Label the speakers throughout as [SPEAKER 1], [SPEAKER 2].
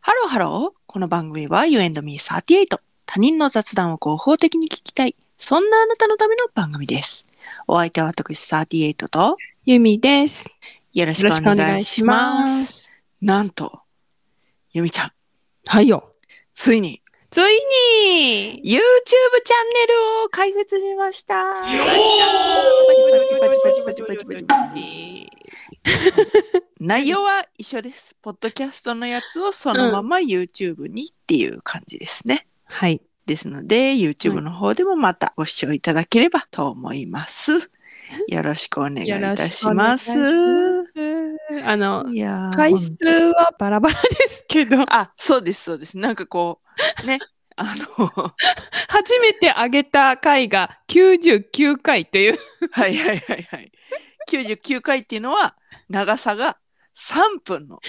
[SPEAKER 1] ハローハロー。この番組は You and me38。他人の雑談を合法的に聞きたい。そんなあなたのための番組です。お相手は私38と
[SPEAKER 2] ゆみです。
[SPEAKER 1] よろしくお願いします。。なんと、ゆみちゃん、
[SPEAKER 2] はいよ。
[SPEAKER 1] ついに
[SPEAKER 2] つい
[SPEAKER 1] YouTube
[SPEAKER 2] に
[SPEAKER 1] チャンネルを開設しました。内容は一緒です。ポッドキャストのやつをそのまま YouTube にっていう感じですね。
[SPEAKER 2] はい。
[SPEAKER 1] ですので YouTube の方でもまたご視聴いただければと思います。よろしくお願いいたします。
[SPEAKER 2] よろしくお願いしますあの、
[SPEAKER 1] いやー
[SPEAKER 2] 回数はバラバラです けど、
[SPEAKER 1] あそうですそうですなんかこうねあの
[SPEAKER 2] 初めて上げた回が99回という。
[SPEAKER 1] はいはいはいはい99回っていうのは長さが3分 の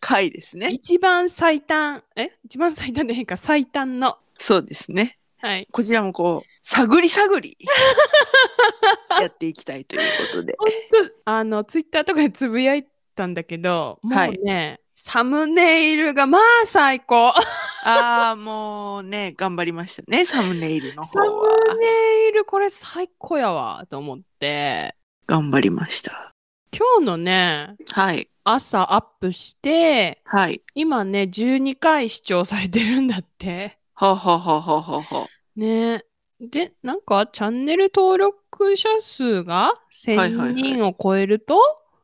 [SPEAKER 1] 回ですね。
[SPEAKER 2] 一番最短、え一番最短で変か、最短の。
[SPEAKER 1] そうですね。
[SPEAKER 2] はい。
[SPEAKER 1] こちらもこう探り探りやっていきたいということで。
[SPEAKER 2] 本当あの、ツイッターとかでつぶやいたんだけど、もうね、サムネイルがまあ最高。
[SPEAKER 1] ああもうね頑張りましたねサムネイルの
[SPEAKER 2] サ
[SPEAKER 1] 方は。
[SPEAKER 2] ムネイルこれ最高やわと思って
[SPEAKER 1] 頑張りました。
[SPEAKER 2] 今日のね
[SPEAKER 1] はい。
[SPEAKER 2] 朝アップして
[SPEAKER 1] はい。
[SPEAKER 2] 今ね12回視聴されてるんだって
[SPEAKER 1] ほうほうほうほうほうほう。
[SPEAKER 2] ねでなんかチャンネル登録者数
[SPEAKER 1] は
[SPEAKER 2] が
[SPEAKER 1] いはいは
[SPEAKER 2] 1000
[SPEAKER 1] い
[SPEAKER 2] 人を超えると、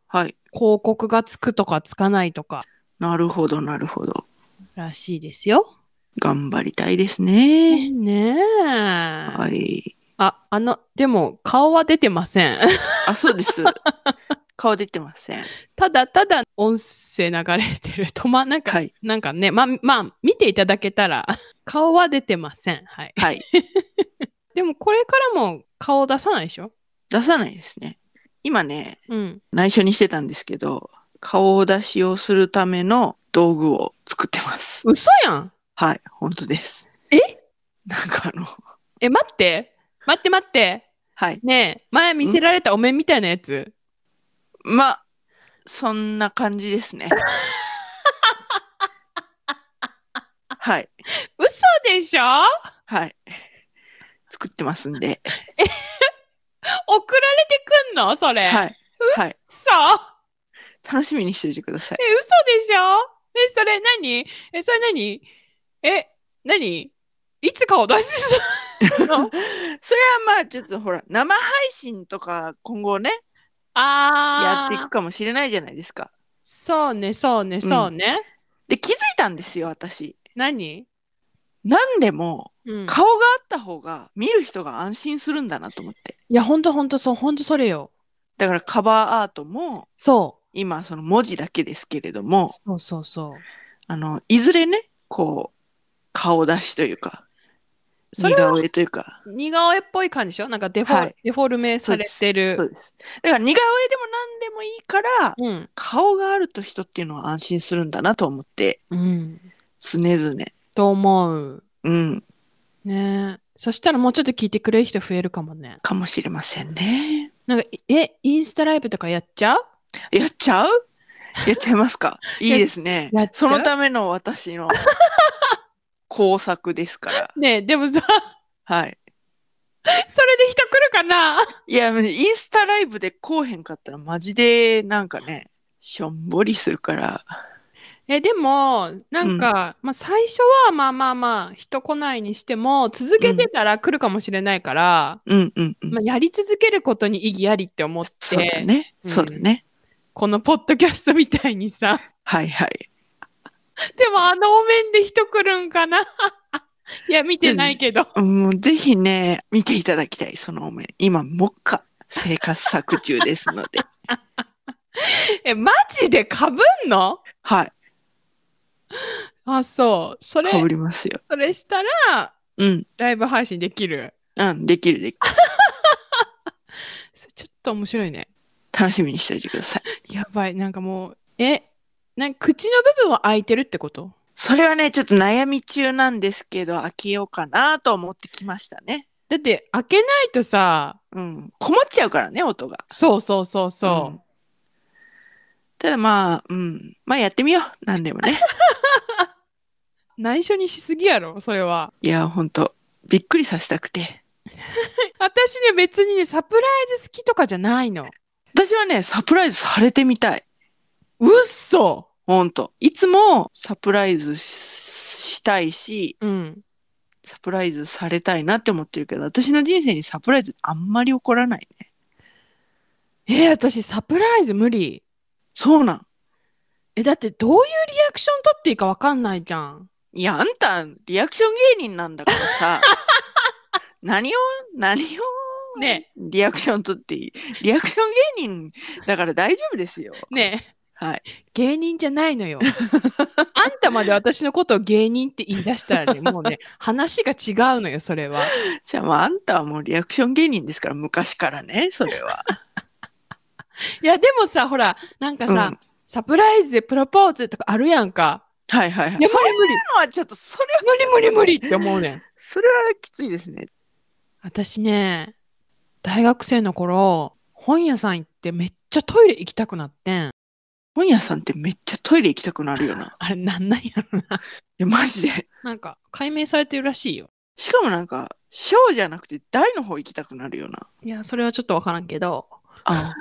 [SPEAKER 1] はい。
[SPEAKER 2] 広告がつくとかつかないとか
[SPEAKER 1] なるほど、なるほど。
[SPEAKER 2] らしいですよ。
[SPEAKER 1] 頑張りたいですね。
[SPEAKER 2] ねえ。
[SPEAKER 1] はい。
[SPEAKER 2] ああのでも顔は出てません。
[SPEAKER 1] あ、そう です。顔出てません。
[SPEAKER 2] ただただ音声流れてるとまなんか、
[SPEAKER 1] はい
[SPEAKER 2] なんかねままあ見ていただけたら 顔は出てませんはい
[SPEAKER 1] はい。
[SPEAKER 2] でもこれからも顔出さないでしょ
[SPEAKER 1] 出さないですね。今ね、
[SPEAKER 2] うん
[SPEAKER 1] 内緒にしてたんですけど、顔出しをするための道具を作ってます。
[SPEAKER 2] 嘘やん
[SPEAKER 1] はい、本当です。
[SPEAKER 2] え
[SPEAKER 1] なんかあの、
[SPEAKER 2] え待って待って待って
[SPEAKER 1] はい。
[SPEAKER 2] ねえ前見せられたお面みたいなやつ
[SPEAKER 1] まあ、そんな感じです ね。はい。
[SPEAKER 2] 嘘でしょ
[SPEAKER 1] はい。作ってますんで。
[SPEAKER 2] 送られてくんのそれ、
[SPEAKER 1] はい。はい。
[SPEAKER 2] 嘘
[SPEAKER 1] 楽しみにしておいてください。
[SPEAKER 2] え嘘でしょえそれ何えそれ何え何いつ顔出し
[SPEAKER 1] それはまあちょっとほら、生配信とか今後ね、やっ
[SPEAKER 2] ああ
[SPEAKER 1] ていくかもしれないじゃないですか。
[SPEAKER 2] そうね、そうね、そうね。
[SPEAKER 1] で、気づいたんですよ、私。
[SPEAKER 2] 何、
[SPEAKER 1] 何でも
[SPEAKER 2] うん、
[SPEAKER 1] 顔があった方が見る人が安心するんだなと思って。
[SPEAKER 2] いや、ほんとほんとそう、ほんとそれよ。
[SPEAKER 1] だからカバーアートも、
[SPEAKER 2] そ
[SPEAKER 1] 今その文字だけですけれど
[SPEAKER 2] う。
[SPEAKER 1] も、
[SPEAKER 2] そうそうそう。
[SPEAKER 1] あの、いずれね、こう、顔出しというか、
[SPEAKER 2] そ
[SPEAKER 1] 似
[SPEAKER 2] れは
[SPEAKER 1] 顔絵というか、
[SPEAKER 2] 似顔絵っぽい感じでしょなんかデフォ,、
[SPEAKER 1] はい
[SPEAKER 2] デフォルメされて
[SPEAKER 1] そうです。
[SPEAKER 2] る。
[SPEAKER 1] そうですだから似顔絵でも何でもいいから、
[SPEAKER 2] うん。
[SPEAKER 1] 顔があると人っていうのは安心するんだなと思って、
[SPEAKER 2] うん。
[SPEAKER 1] 常々。
[SPEAKER 2] と思う。
[SPEAKER 1] うん、
[SPEAKER 2] ねえそしたらもうちょっと聞いてくれる人増えるかもね。
[SPEAKER 1] かもしれませんね。
[SPEAKER 2] なんか、え、インスタライブとかやっちゃう
[SPEAKER 1] やっちゃうやっちゃいますかいいですね
[SPEAKER 2] やっ。ちゃ
[SPEAKER 1] そうのための私の工作ですから。
[SPEAKER 2] ねえでもさ、
[SPEAKER 1] はい。
[SPEAKER 2] それで人来るかない
[SPEAKER 1] や、インスタライブでこうへんかったらマジでなんかね、しょんぼりするから。
[SPEAKER 2] え、でも、なんか、まあ最初はまあまあまあ、人来ないにしても、続けてたら来るかもしれないから、
[SPEAKER 1] うんうんうん。
[SPEAKER 2] まあ、やり続けることに意義ありって思っ
[SPEAKER 1] そう
[SPEAKER 2] て、
[SPEAKER 1] だね。
[SPEAKER 2] うん
[SPEAKER 1] そうだね。
[SPEAKER 2] このポッドキャストみたいに さ
[SPEAKER 1] はいはい。
[SPEAKER 2] でもあのお面で人来るんかな いや見てないけど、
[SPEAKER 1] もうぜひね、見ていただきたい、そのお面。今、目下、生活作中ですので。
[SPEAKER 2] えマジでかぶんの
[SPEAKER 1] はい、
[SPEAKER 2] あそうそれ
[SPEAKER 1] かぶりますよ。
[SPEAKER 2] それしたら
[SPEAKER 1] うん、
[SPEAKER 2] ライブ配信できる
[SPEAKER 1] うん、できるできる。
[SPEAKER 2] それちょっと面白いね
[SPEAKER 1] 楽しみにしておいてください。
[SPEAKER 2] やばいなんかもうえなんか口の部分は開いてるってこと
[SPEAKER 1] それはね、ちょっと悩み中なんですけど、開けようかなと思ってきましたね。
[SPEAKER 2] だって開けないとさ
[SPEAKER 1] うん、こもっちゃうからね、音が。
[SPEAKER 2] そうそうそうそう、
[SPEAKER 1] んただまあ、うん。まあやってみよう。何でも ね。
[SPEAKER 2] 内緒にしすぎやろ、それは。
[SPEAKER 1] いや、ほんと。びっくりさせたくて。
[SPEAKER 2] 私ね、別にね、サプライズ好きとかじゃないの。
[SPEAKER 1] 私はね、サプライズされてみたい。
[SPEAKER 2] うっそ
[SPEAKER 1] ほんと。いつもサプライズししたいし、
[SPEAKER 2] うん。
[SPEAKER 1] サプライズされたいなって思ってるけど、私の人生にサプライズあんまり起こらないね。
[SPEAKER 2] えー私サプライズ無理。
[SPEAKER 1] そうなん。
[SPEAKER 2] え、だってどういうリアクション取っていいかわかんないじゃん。
[SPEAKER 1] いや、あんた、リアクション芸人なんだから さ。何を、何を、
[SPEAKER 2] ね
[SPEAKER 1] リアクション取っていい。リアクション芸人だから大丈夫ですよ。
[SPEAKER 2] え、ね
[SPEAKER 1] はい。
[SPEAKER 2] え、芸人じゃないの よ。あんたまで私のことを芸人って言い出したらね、もうね、話が違うのよ、それは。
[SPEAKER 1] じゃあ、まあ、あんたはもうリアクション芸人ですから、昔からね、それは。
[SPEAKER 2] いや、でもさ、ほら、なんかさ、
[SPEAKER 1] うん
[SPEAKER 2] サプライズでプロポーズとかあるやんか。
[SPEAKER 1] はいはいはい
[SPEAKER 2] や
[SPEAKER 1] い。そう
[SPEAKER 2] 無
[SPEAKER 1] い
[SPEAKER 2] 理無理
[SPEAKER 1] うのはちょっと、それは、
[SPEAKER 2] 無理無理無理って思うねん。
[SPEAKER 1] それはきついですね。
[SPEAKER 2] 私ね、大学生の頃、本屋さん行ってめっちゃトイレ行きたくなってん。
[SPEAKER 1] 本屋さんってめっちゃトイレ行きたくなるよな。い
[SPEAKER 2] あれなんなんやろな。
[SPEAKER 1] や、マジで。
[SPEAKER 2] なんか解明されてるらしいよ。
[SPEAKER 1] しかもなんか、小じゃなくて大の方行きたくなるよな。
[SPEAKER 2] いや、それはちょっとわからんけど。
[SPEAKER 1] あ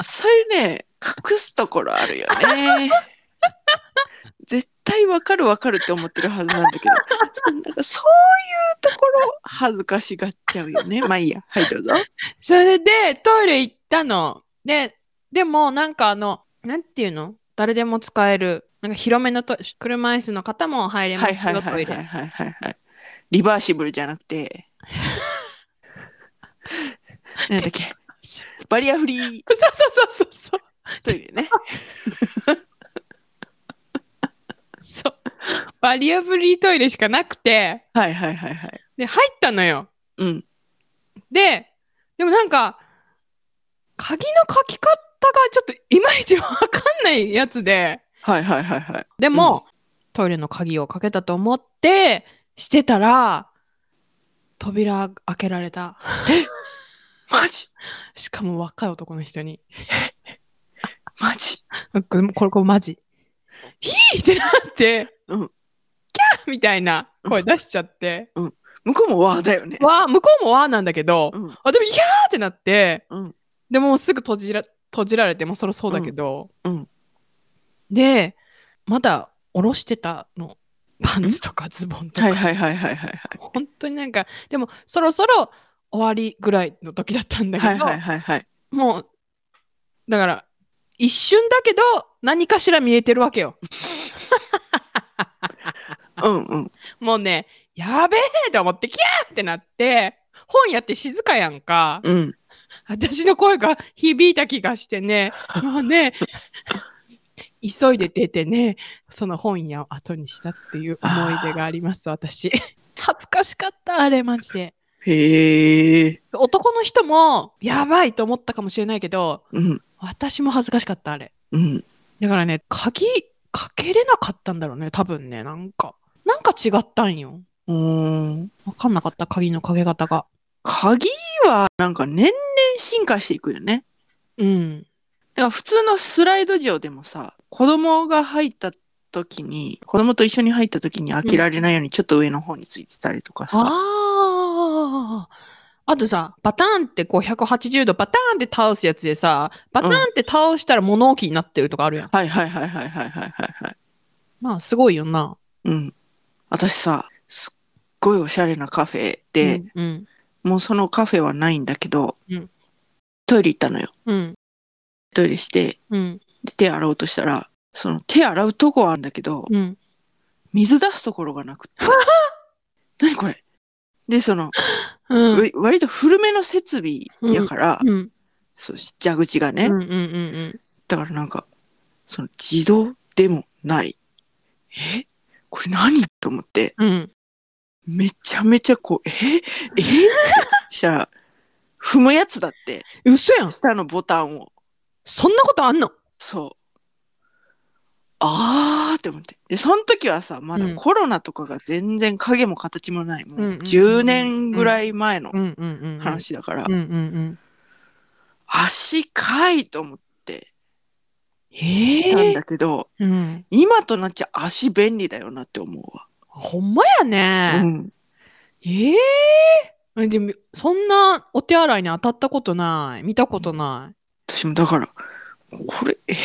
[SPEAKER 1] そういうね、隠すところあるよね。絶対わかるわかるって思ってるはずなんだけど、そなんかそういうところ恥ずかしがっちゃうよね。まあいいや。はい、どうぞ。
[SPEAKER 2] それでトイレ行ったの。で、でもなんかあの、なんていうの誰でも使える。なんか広めのトイレ、車椅子の方も入れま
[SPEAKER 1] はい
[SPEAKER 2] す
[SPEAKER 1] はい
[SPEAKER 2] よ、
[SPEAKER 1] は
[SPEAKER 2] ト
[SPEAKER 1] い
[SPEAKER 2] イ
[SPEAKER 1] はい
[SPEAKER 2] レ。
[SPEAKER 1] はいはいはい。リバーシブルじゃなくて、 なんだっけ、
[SPEAKER 2] そう
[SPEAKER 1] バリアフリー
[SPEAKER 2] そうそうそうそう。
[SPEAKER 1] トイレね。
[SPEAKER 2] そう。バリアフリートイレしかなくて、
[SPEAKER 1] はいはいはいはい。
[SPEAKER 2] で、入ったのよ。
[SPEAKER 1] うん。
[SPEAKER 2] で、でもなんか、鍵の書き方がちょっといまいちわかんないやつで、
[SPEAKER 1] はいはいはいはい。
[SPEAKER 2] でも、トイレの鍵をかけたと思って、してたら、扉開けられた。
[SPEAKER 1] マジ
[SPEAKER 2] しかも若い男の人に。
[SPEAKER 1] マジ
[SPEAKER 2] これ、これ、これマジ。ヒーってなって、
[SPEAKER 1] うん
[SPEAKER 2] キャーみたいな声出しちゃって。
[SPEAKER 1] 向こうもわーだよね。
[SPEAKER 2] わー、向こうもわーなんだけど、
[SPEAKER 1] うん。
[SPEAKER 2] あ、でも、いやーってなって、
[SPEAKER 1] うん
[SPEAKER 2] でもうすぐ閉じら閉じられて、もうそろそうだけど、
[SPEAKER 1] うんうん
[SPEAKER 2] で、まだ下ろしてたの。パンツとかズボンとか。
[SPEAKER 1] はいはいはいはいはい。
[SPEAKER 2] 本当になんか、でもそろそろ終わりぐらいの時だったんだけど、
[SPEAKER 1] はいはいはいはい。
[SPEAKER 2] もう、だから、一瞬だけど、何かしら見えてるわけよ。
[SPEAKER 1] うんうん。
[SPEAKER 2] もうね、やべえと思って、キャーってなって、本やって静かやんか。
[SPEAKER 1] うん。
[SPEAKER 2] 私の声が響いた気がしてね、もうね、急いで出てね、その本屋を後にしたっていう思い出があります、私。恥ずかしかった、あれ、マジで。
[SPEAKER 1] へえ。
[SPEAKER 2] 男の人も、やばいと思ったかもしれないけど、
[SPEAKER 1] うん
[SPEAKER 2] 私も恥ずかしかった、あれ。
[SPEAKER 1] うん。
[SPEAKER 2] だからね、鍵かけれなかったんだろうね、多分ね、なんか。なんか違ったんよ。
[SPEAKER 1] うーん。
[SPEAKER 2] わかんなかった、鍵のかけ方が。
[SPEAKER 1] 鍵はなんか年々進化していくよね。
[SPEAKER 2] うん。
[SPEAKER 1] だから普通のスライド上でもさ、子供が入った時に、子供と一緒に入った時に開けられないようにちょっと上の方についてたりとかさ。
[SPEAKER 2] ああ。あとさ、バタンってこう180度バタンって倒すやつでさ、バタンって倒したら物置になってるとかあるやん。
[SPEAKER 1] はいはいはいはいはいはいはいはい。
[SPEAKER 2] まあ、すごいよな。
[SPEAKER 1] うん。私さ、すっごいおしゃれなカフェで、
[SPEAKER 2] うん。
[SPEAKER 1] もうそのカフェはないんだけど、
[SPEAKER 2] うん
[SPEAKER 1] トイレ行ったのよ。
[SPEAKER 2] うん。
[SPEAKER 1] トイレして、
[SPEAKER 2] うん。
[SPEAKER 1] で手洗おうとしたら、その手洗うとこはあるんだけど、
[SPEAKER 2] うん。
[SPEAKER 1] 水出すところがなくて。何これで、その、
[SPEAKER 2] うん。うん。
[SPEAKER 1] わ割と古めの設備やから、
[SPEAKER 2] うん。
[SPEAKER 1] そう蛇口がね、
[SPEAKER 2] うん。うん。
[SPEAKER 1] だからなんか、その自動でもない。えこれ何と思って、
[SPEAKER 2] うん。
[SPEAKER 1] めちゃめちゃこう、ええってしたら、踏むやつだって、
[SPEAKER 2] 嘘やん。
[SPEAKER 1] 下のボタンを。
[SPEAKER 2] そんなことあんの
[SPEAKER 1] そう。あーって思って。で、その時はさ、ま
[SPEAKER 2] う
[SPEAKER 1] だ
[SPEAKER 2] ん
[SPEAKER 1] コロナとかが全然影も形もない。もう
[SPEAKER 2] うんうんうん
[SPEAKER 1] 10年ぐらい前の
[SPEAKER 2] うん。うん。うん。
[SPEAKER 1] 話だから
[SPEAKER 2] う、ん。うん。
[SPEAKER 1] 足かいと思っ
[SPEAKER 2] え
[SPEAKER 1] たん
[SPEAKER 2] え
[SPEAKER 1] だけど、
[SPEAKER 2] うん。
[SPEAKER 1] 今となっちゃ足便利だよなって思うわ。
[SPEAKER 2] ほんまや
[SPEAKER 1] う
[SPEAKER 2] ね。
[SPEAKER 1] ん、
[SPEAKER 2] ええでも、そんなお手洗いに当たったことない。見たことない。
[SPEAKER 1] 私もだからこれえー、っ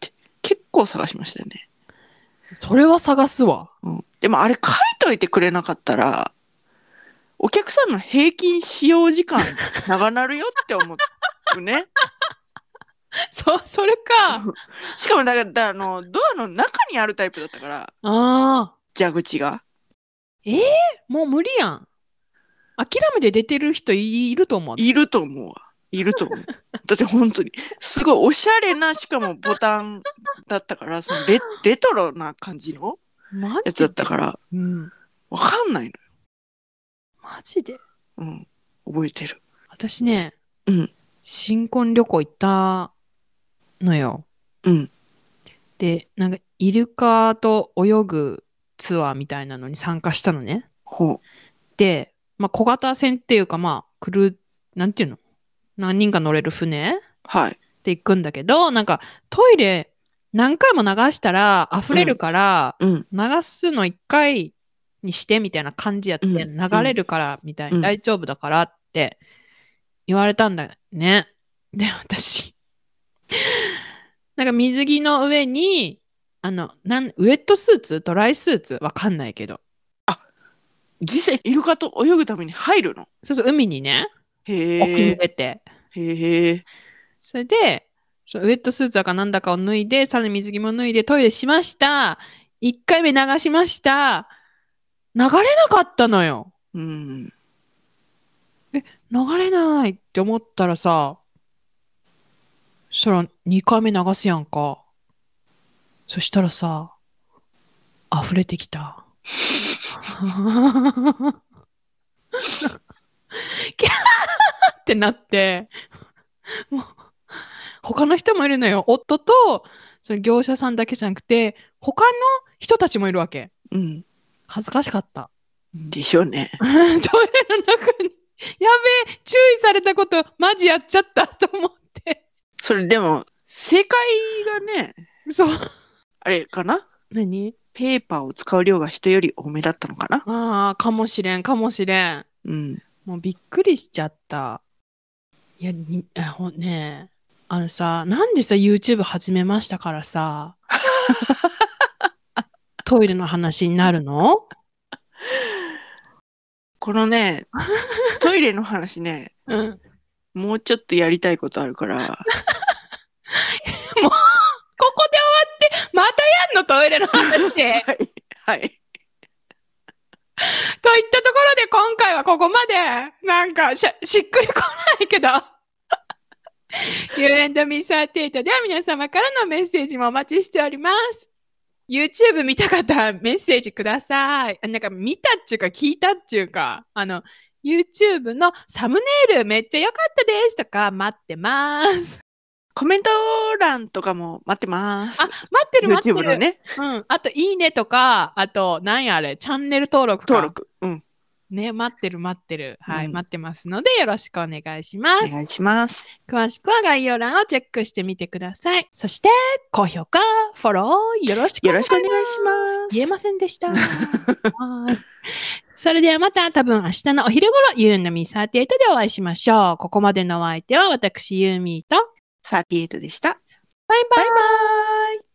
[SPEAKER 1] て結構探しましたね、
[SPEAKER 2] それは探すわ。
[SPEAKER 1] うん、でもあれ書いといてくれなかったらお客さんの平均使用時間長なるよって思うね
[SPEAKER 2] そ、それか。あ
[SPEAKER 1] しかもだからだからあのドアの中にあるタイプだったから
[SPEAKER 2] あ
[SPEAKER 1] 蛇口が
[SPEAKER 2] ー。もう無理やん。諦めて出てる人いると思う。
[SPEAKER 1] いると思うわいると思うだって本当にすごいおしゃれなしかもボタンだったからそのレレトロな感じのや
[SPEAKER 2] マジ
[SPEAKER 1] つだ
[SPEAKER 2] で
[SPEAKER 1] ったから
[SPEAKER 2] うん。
[SPEAKER 1] わかんないの
[SPEAKER 2] マジで
[SPEAKER 1] うん、覚えてる。
[SPEAKER 2] 私ね、
[SPEAKER 1] うん
[SPEAKER 2] 新婚旅行行ったのよ。
[SPEAKER 1] うん、
[SPEAKER 2] で、なんか、イルカと泳ぐツアーみたいなのに参加したのね。
[SPEAKER 1] ほ
[SPEAKER 2] で、まあ、小型船っていうか、まあ、クルー、なんていうの何人か乗れる船
[SPEAKER 1] う。はい。
[SPEAKER 2] で行くんだけど、なんか、トイレ何回も流したら溢れるから、
[SPEAKER 1] うん、
[SPEAKER 2] 流すの1回にしてみたいな感じやって、
[SPEAKER 1] うん
[SPEAKER 2] 流れるからみたいに、
[SPEAKER 1] うん
[SPEAKER 2] 大丈夫だからって言われたんだよね。で私なんか水着の上にあのなんウェットスーツドライスーツわかんないけど
[SPEAKER 1] 実際イルカと泳ぐために入るの。
[SPEAKER 2] そうそう海にね沖
[SPEAKER 1] へ
[SPEAKER 2] に
[SPEAKER 1] え。
[SPEAKER 2] 出て、
[SPEAKER 1] へえ。
[SPEAKER 2] それでそのウェットスーツだかなんだかを脱いでさらに水着も脱いでトイレしました1回目流しました流れなかったのよ。
[SPEAKER 1] うん。
[SPEAKER 2] 流れないって思ったらさそしたら2回目流すやんかそしたらさ溢れてきた キャーってなってもう他の人もいるのよ夫とその業者さんだけじゃなくて他の人たちもいるわけ
[SPEAKER 1] うん。
[SPEAKER 2] 恥ずかしかった
[SPEAKER 1] でしょうね。
[SPEAKER 2] トイレの中に、やべえ、注意されたこと、マジやっちゃったと思 って。
[SPEAKER 1] それでも正解がね、
[SPEAKER 2] そう。
[SPEAKER 1] あれかな。
[SPEAKER 2] 何
[SPEAKER 1] ペーパーを使う量が人より多めだったのかな。
[SPEAKER 2] ああ、かもしれん、かもしれん。
[SPEAKER 1] うん。
[SPEAKER 2] もうびっくりしちゃった。いや、にあほんねえあのさ、なんでさ、YouTube 始めましたから さ、トイレの話になるの
[SPEAKER 1] この ね、トイレの話ね、
[SPEAKER 2] うん。
[SPEAKER 1] もうちょっとやりたいことあるから。
[SPEAKER 2] ここで終わって、またやんの、トイレの話。といっ
[SPEAKER 1] はい。はい。
[SPEAKER 2] たところで、今回はここまで、なんかしゃ、しっくりこないけど。You and Mr. Tate では皆様からのメッセージもお待ちしております。YouTube 見た方、メッセージください。あなんか見たっちゅうか聞いたっちゅうか、あの、YouTube のサムネイルめっちゃ良かったですとか待ってます。
[SPEAKER 1] コメント欄とかも待ってます
[SPEAKER 2] あ。、待ってる待って
[SPEAKER 1] YouTube
[SPEAKER 2] る。
[SPEAKER 1] のね、
[SPEAKER 2] うん。あと、いいねとか、あと、なんやあれ、チャンネル登録か。
[SPEAKER 1] 登録。うん。
[SPEAKER 2] ね、待ってる待ってる。はい、
[SPEAKER 1] うん
[SPEAKER 2] 待ってますのでよろしくお願いします
[SPEAKER 1] お。願いします。
[SPEAKER 2] 詳しくは概要欄をチェックしてみてください。そして、高評価、フォロー、よろしく
[SPEAKER 1] よろしくお願いします。
[SPEAKER 2] 言えませんでした。はいそれではまた多分明日のお昼頃、ユーナミ38でお会いしましょう。ここまでのお相手は私、ユーミーと、
[SPEAKER 1] 38でした。
[SPEAKER 2] バイバイ
[SPEAKER 1] バイバイ。